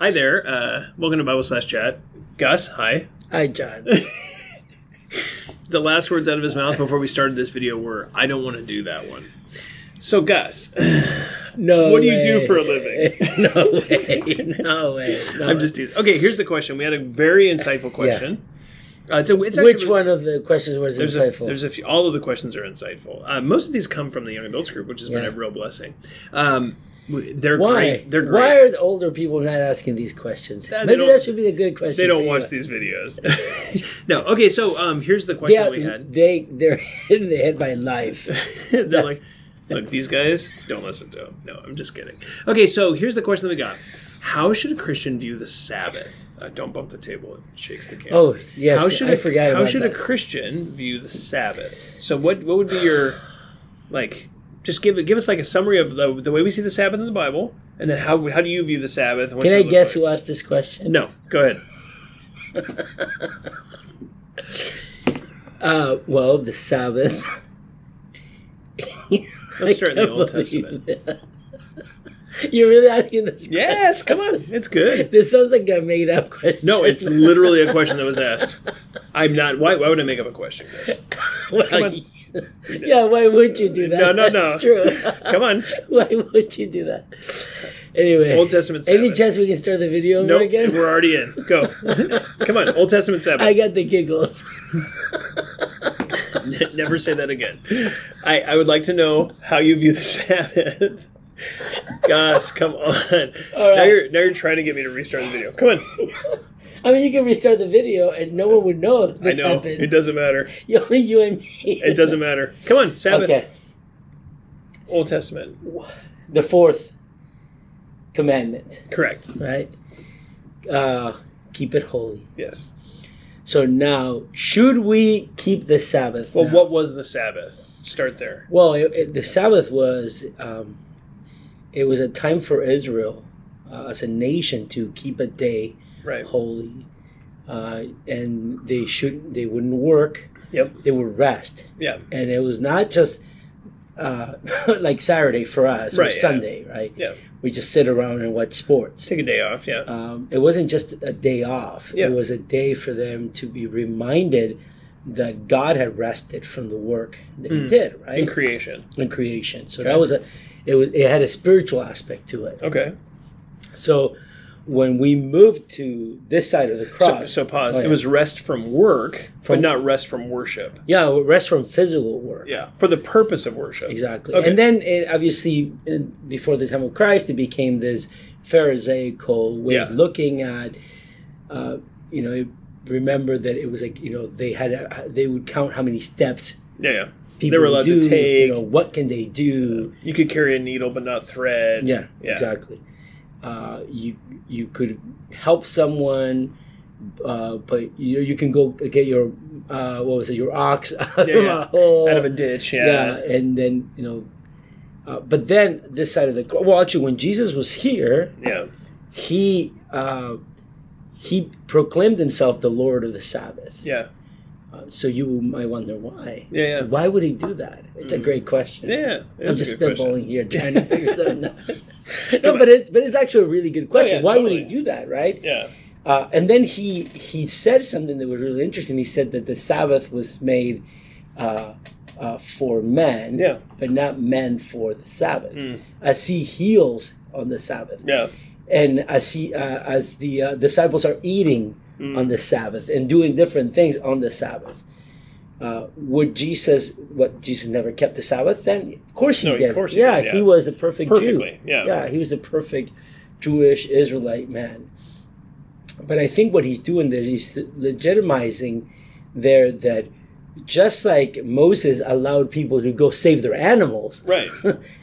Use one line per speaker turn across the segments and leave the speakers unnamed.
Hi there. Uh, welcome to Bible slash chat. Gus, hi.
Hi, John.
The last words out of his mouth before we started this video were, "I don't want to do that one." So, Gus,
No.
What do you do
way.
for a living?
no way. No way. No
I'm
way.
just teasing. Okay, here's the question. We had a very insightful question. Uh, it's a, it's actually-
Which one of the questions was
There's
insightful?
A, there's a few. All of the questions are insightful. Uh, most of these come from the young adults group, which has been
Yeah.
a real blessing. Um, w- they're
Why?
great. They're great.
Why are the older people not asking these questions?
That- they
Maybe
don't-
that should be a good question.
they don't
for
watch
you.
these videos. no. Okay. So um, here's the question we
They,
had.
they they're hit in the head by life.
they're
That's-
like, look, these guys don't listen to him. No, I'm just kidding. Okay. So here's the question that we got. How should a Christian view the Sabbath? Uh, don't bump the table; it shakes the can.
Oh yes,
how should
I
a-
forgot
How
about
should a
that.
Christian view the Sabbath? So what what would be your like? Just give give us like a summary of the, the way we see the Sabbath in the Bible, and then how how do you view the Sabbath?
Can I guess who asked this question?
No, go ahead.
Uh, well, the Sabbath.
Let's start in the
can't
Old
believe
Testament.
that. You're really asking this?
Yes, come on, it's good.
This sounds like a made up question.
No, it's literally a question that was asked. I'm not. Why, why would I make up a question? Chris? come
well,
on.
yeah. Why would you do that?
No, no, no.
That's true.
Come on,
Why would you do that? Anyway,
Old Testament Sabbath.
any chance we can start the video over
nope,
again?
we're already in. Go. Come on, Old Testament Sabbath.
I got the giggles.
Never say that again. I, I would like to know how you view the Sabbath. Gus, come on.
All
Now
right.
you're now you're trying to get me to restart the video. Come on.
I mean, you can restart the video, and no one would know if
I
this
know. It
happened.
doesn't matter.
Only you and me.
It doesn't matter. Come on, Sabbath.
Okay,
Old Testament.
the fourth commandment,
Correct.
right? Uh, keep it holy.
Yes.
So now, should we keep the Sabbath?
Well,
now?
what was the Sabbath? Start there.
Well, it, it, the Sabbath was um, it was a time for Israel uh, as a nation to keep a day
Right.
holy, uh, and they should they wouldn't work.
Yep.
They would rest,
Yeah.
and it was not just uh, like Saturday for us
Right,
or
yeah.
Sunday, right?
Yeah.
We just sit around and watch sports.
Take a day off. Yeah.
Um, it wasn't just a day off.
Yeah.
It was a day for them to be reminded that God had rested from the work that He
Mm.
did, right?
In creation.
and creation. So
Okay.
that was a, it was it had a spiritual aspect to it.
Okay.
So when we moved to this side of the
So,
cross,
so pause.
Oh, yeah.
It was rest from work, but
From-
not rest from worship.
yeah, we rest from physical work.
Yeah. For the purpose of worship.
Exactly.
Okay.
And then it, obviously in, before the time of Christ, it became this Pharisaical way of
Yeah.
looking at, uh, you know, remember that it was like you know they had a, they would count how many steps
Yeah. Yeah.
people
were allowed to
do,
take.
You know, what can they do?
You could carry a needle but not thread.
Yeah,
Yeah.
exactly. Uh, you you could help someone, uh, but you you can go get your uh, what was it your ox out of
yeah.
a hole.
Out of a ditch, yeah.
yeah, and then you know, uh, but then this side of the cro- well, actually, when Jesus was here,
Yeah.
he uh, he proclaimed himself the Lord of the Sabbath.
Yeah.
Uh, so you might wonder why.
Yeah. Yeah.
Why would he do that? It's
Mm.
a great question.
Yeah.
I'm
That's a good
just
question.
spitballing here, trying to figure something out.
Come
No,
on. Oh,
but it's but it's actually a really good question.
yeah,
Why
totally.
would he do that, right?
Yeah.
Uh, and then he he said something that was really interesting. He said that the Sabbath was made uh, uh, for men,
Yeah.
but not men for the Sabbath.
Mm.
As he heals on the Sabbath,
Yeah.
and as he uh, as the uh, disciples are eating
Mm.
on the Sabbath and doing different things on the Sabbath. Uh, would Jesus, what Jesus never kept the Sabbath? Then of course he
No, of
did.
course he
yeah,
did, yeah.
he was the perfect Jew.
Perfectly. Yeah.
Yeah, he was the perfect Jewish Israelite man. But I think what he's doing there, he's legitimizing there that just like Moses allowed people to go save their animals
Right.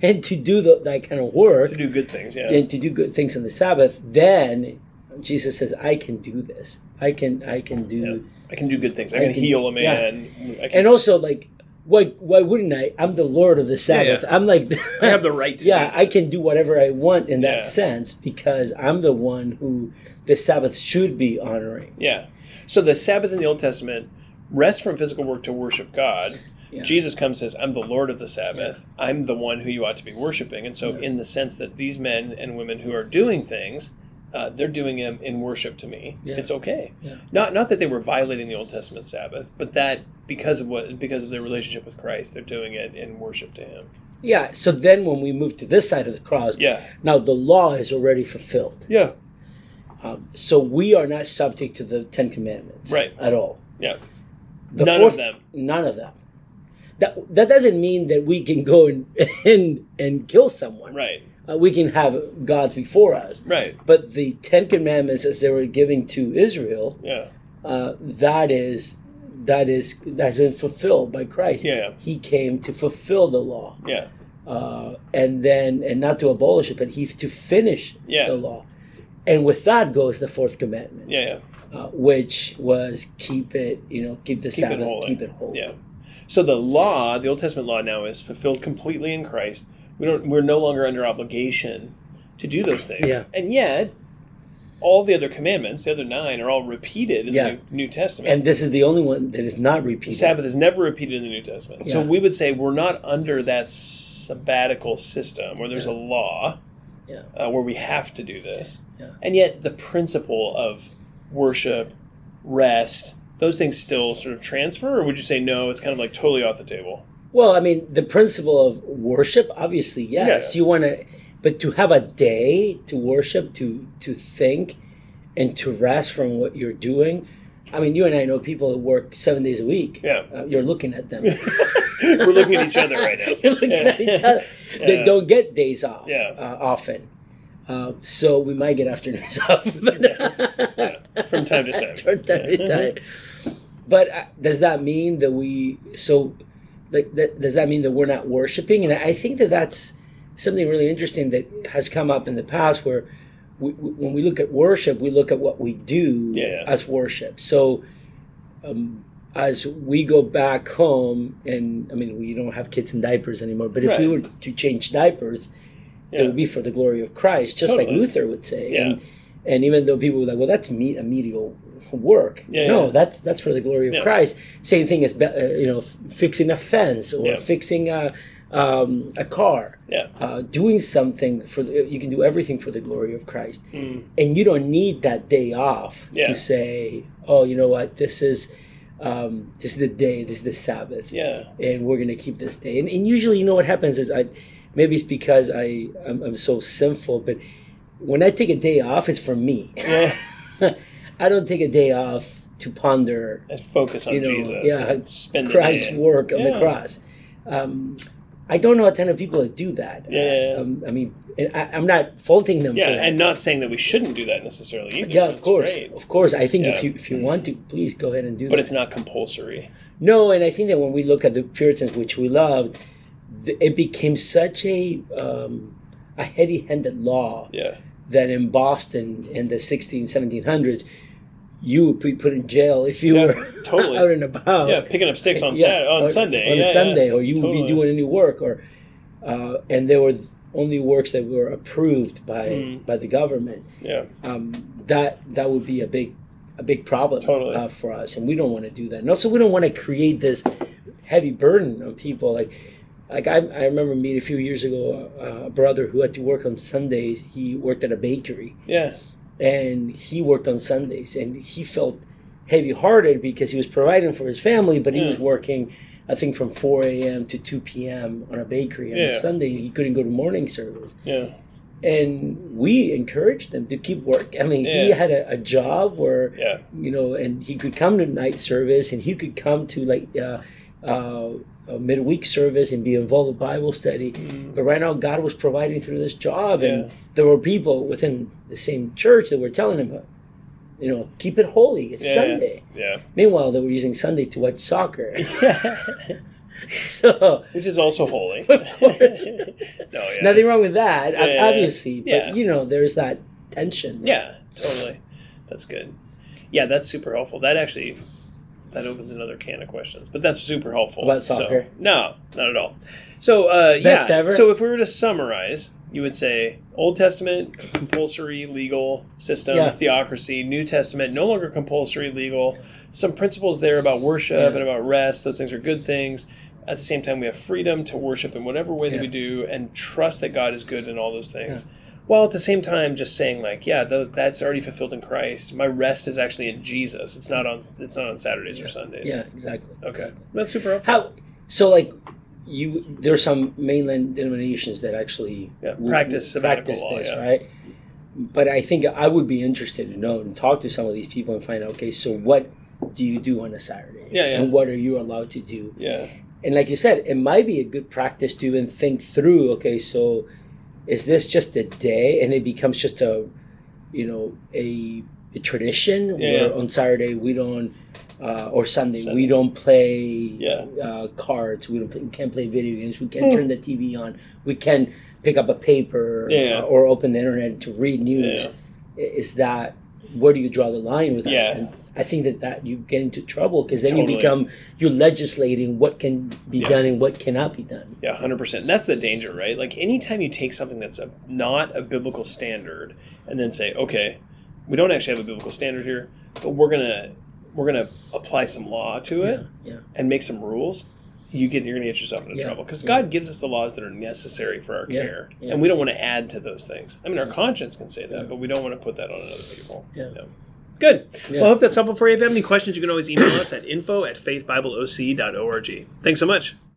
and to do the, that kind of work
To do good things. Yeah.
and to do good things on the Sabbath, then Jesus says, "I can do this. I can. I can do."
Yeah. I can do good things. I
I
can,
can-
heal a
yeah.
man. I, can,
And also, like, why? Why wouldn't I? I'm the Lord of the Sabbath. I'm like,
I have the right to.
yeah,
do
I
this.
can do whatever I want in
Yeah.
that sense because I'm the one who the Sabbath should be honoring.
Yeah. So the Sabbath in the Old Testament rest from physical work to worship God.
Yeah.
Jesus comes and says, I'm the Lord of the Sabbath. I'm the one who you ought to be worshiping. And so,
Yeah.
in the sense that these men and women who are doing things uh, they're doing them in worship to me.
Yeah.
It's okay.
Yeah.
Not not that they were violating the Old Testament Sabbath, but that because of what because of their relationship with Christ, they're doing it in worship to Him.
Yeah. So then when we move to this side of the cross,
Yeah,
now the law is already fulfilled.
yeah,
Um, so we are not subject to the Ten Commandments
Right.
at all.
yeah.
The
None
fourth-
of them.
None of them. That, that doesn't mean that we can go and and, and kill someone.
Right,
Uh, we can have gods before us.
right.
But the Ten Commandments, as they were giving to Israel,
Yeah,
uh, that is that is that's been fulfilled by Christ.
Yeah.
He came to fulfill the law,
yeah,
uh, and then and not to abolish it, but he to finish
Yeah.
the law. And with that goes the fourth commandment,
yeah, yeah.
uh, which was keep it, you know, keep the
Keep it
Sabbath,
holy.
keep it holy.
Yeah. So the law, the Old Testament law now is fulfilled completely in Christ. We don't we're no longer under obligation to do those things.
Yeah.
And yet all the other commandments, the other nine, are all repeated in
Yeah.
the New, New Testament.
And this is the only one that is not
the
repeated.
Sabbath is never repeated in the New Testament. So
Yeah.
we would say we're not under that sabbatical system where there's a law
Yeah.
uh, where we have to do this.
Yeah.
And yet the principle of worship, rest, those things still sort of transfer, or would you say no, it's kind of like totally off the table?
Well, I mean, the principle of worship, obviously, yes,
Yeah.
you want to, but to have a day to worship, to to think, and to rest from what you're doing. I mean, you and I know people that work seven days a week.
Yeah.
Uh, you're looking at them.
We're looking at each other right now.
You're looking at
Yeah.
each other. They
Yeah.
don't get days off
Yeah.
uh, often. Uh, so we might get afternoons off.
Yeah. From time to time.
From time to
Yeah.
time. But uh, does that mean that we, so, like, that, does that mean that we're not worshiping? And I think that that's something really interesting that has come up in the past where we, we, when we look at worship, we look at what we do
Yeah.
as worship. So, um, as we go back home, and I mean, we don't have kids in diapers anymore, but if we were
Right.
to change diapers, it
Yeah.
would be for the glory of Christ, just like
Totally.
Luther would say.
Yeah.
And and even though people were like, well, that's me- a medial work.
Yeah,
no,
yeah.
that's that's for the glory of
Yeah.
Christ. Same thing as be- uh, you know f- fixing a fence or
Yeah.
fixing a um, a car.
Yeah.
Uh, doing something for the, you can do everything for the glory of Christ,
Mm.
and you don't need that day off
Yeah.
to say, "Oh, you know what? This is um, this is the day. This is the Sabbath
Yeah.
and we're going to keep this day. And, and usually, you know what happens is I, maybe it's because I I'm, I'm so sinful, but when I take a day off, it's for me.
Yeah.
I don't take a day off to ponder
And focus on
You know,
Jesus.
yeah,
and spend the
Christ's
day.
work on the
Yeah.
cross. Um, I don't know a ton of people that do that.
Yeah, yeah, yeah.
Um, I mean, and I, I'm not faulting them.
Yeah,
for that.
and not saying that we shouldn't do that necessarily either.
yeah, of
It's
course,
great.
of course. I think if
Yeah.
you if you want to, please go ahead and do that.
But it's not compulsory.
No, and I think that when we look at the Puritans, which we loved, th- it became such a um, a heavy-handed law
Yeah.
that in Boston in the 16, 1700s, you would be put in jail if you
Yeah,
were
totally.
out and about.
Yeah, picking up sticks on
Yeah,
Saturday, on
or-
Sunday.
on
yeah, yeah.
a Sunday, or you would
Totally.
be doing any work, or uh, and there were only works that were approved by
Mm.
by the government.
Yeah.
Um, that that would be a big a big problem
Totally.
uh, for us, and we don't want to do that. And also, we don't want to create this heavy burden on people. Like, like I, I remember meeting a few years ago uh, a, a brother who had to work on Sundays. He worked at a bakery,
Yeah.
and he worked on Sundays, and he felt heavy-hearted because he was providing for his family, but he
Yeah.
was working. I think from 4 a.m. to 2 p.m. on a bakery on
Yeah.
a Sunday, he couldn't go to morning service
Yeah.
and we encouraged him to keep work. I mean, he
Yeah.
had a, a job where
Yeah.
you know, and he could come to night service, and he could come to like uh, uh, a midweek service and be involved with Bible study.
Mm.
But right now, God was providing through this job,
Yeah.
and there were people within the same church that were telling him, you know, keep it holy. It's
Yeah, yeah.
Sunday.
Yeah.
Meanwhile, they were using Sunday to watch soccer.
Yeah.
so
Which is also holy.
Of course.
no, yeah.
nothing wrong with that,
Yeah, yeah, yeah.
obviously. But
Yeah.
you know, there's that tension.
Yeah, totally. That's good. Yeah, that's super helpful. That actually that opens another can of questions, but that's super helpful.
About
So-
soccer?
no, not at all. So uh,
Best
yeah.
ever?
So if we were to summarize, you would say Old Testament compulsory legal system
Yeah.
theocracy, New Testament no longer compulsory legal. Some principles there about worship
Yeah.
and about rest. Those things are good things. At the same time, we have freedom to worship in whatever way
Yeah.
that we do, and trust that God is good in all those things. while at the same time just saying like, yeah, tho- that's already fulfilled in Christ. My rest is actually in Jesus. It's not on it's not on Saturdays or Sundays.
Yeah, exactly.
Okay. That's super helpful.
How? So like, you there are some mainland denominations that actually
Yeah,
w-
practice sabbatical
practice
law,
this,
yeah.
right? But I think I would be interested to know and talk to some of these people and find out. Okay, so what do you do on a Saturday?
Yeah, yeah.
And what are you allowed to do?
Yeah.
And like you said, it might be a good practice to even think through. Okay, so is this just a day, and it becomes just a, you know, a, a tradition
Yeah,
where
yeah.
on Saturday we don't, uh, or Sunday,
Sunday.
we don't play
Yeah. Hmm.
uh, cards. We don't play, we can't play video games. We can't turn the TV on. We can pick up a paper
Yeah, yeah.
or open the internet to read news.
Yeah.
I- Is that where do you draw the line with that?
Yeah.
And I think that that you get into trouble because then
Totally.
you become you're legislating what can be
Yeah.
done and what cannot be done.
Yeah, hundred percent. That's the danger, right? Like anytime you take something that's a, not a biblical standard and then say, okay, we don't actually have a biblical standard here, but we're gonna we're gonna apply some law to it
Yeah,
and make some rules. You get you're gonna get yourself into
Yeah,
trouble because
yeah.
God gives us the laws that are necessary for our
Yeah,
care,
yeah.
and we don't want to add to those things. I mean, our conscience can say that,
Yeah.
but we don't want to put that on other people.
Yeah.
Good.
Yeah.
Well, I hope that's helpful for you. If you have any questions, you can always email us at info at faithbibleoc.org. Thanks so much.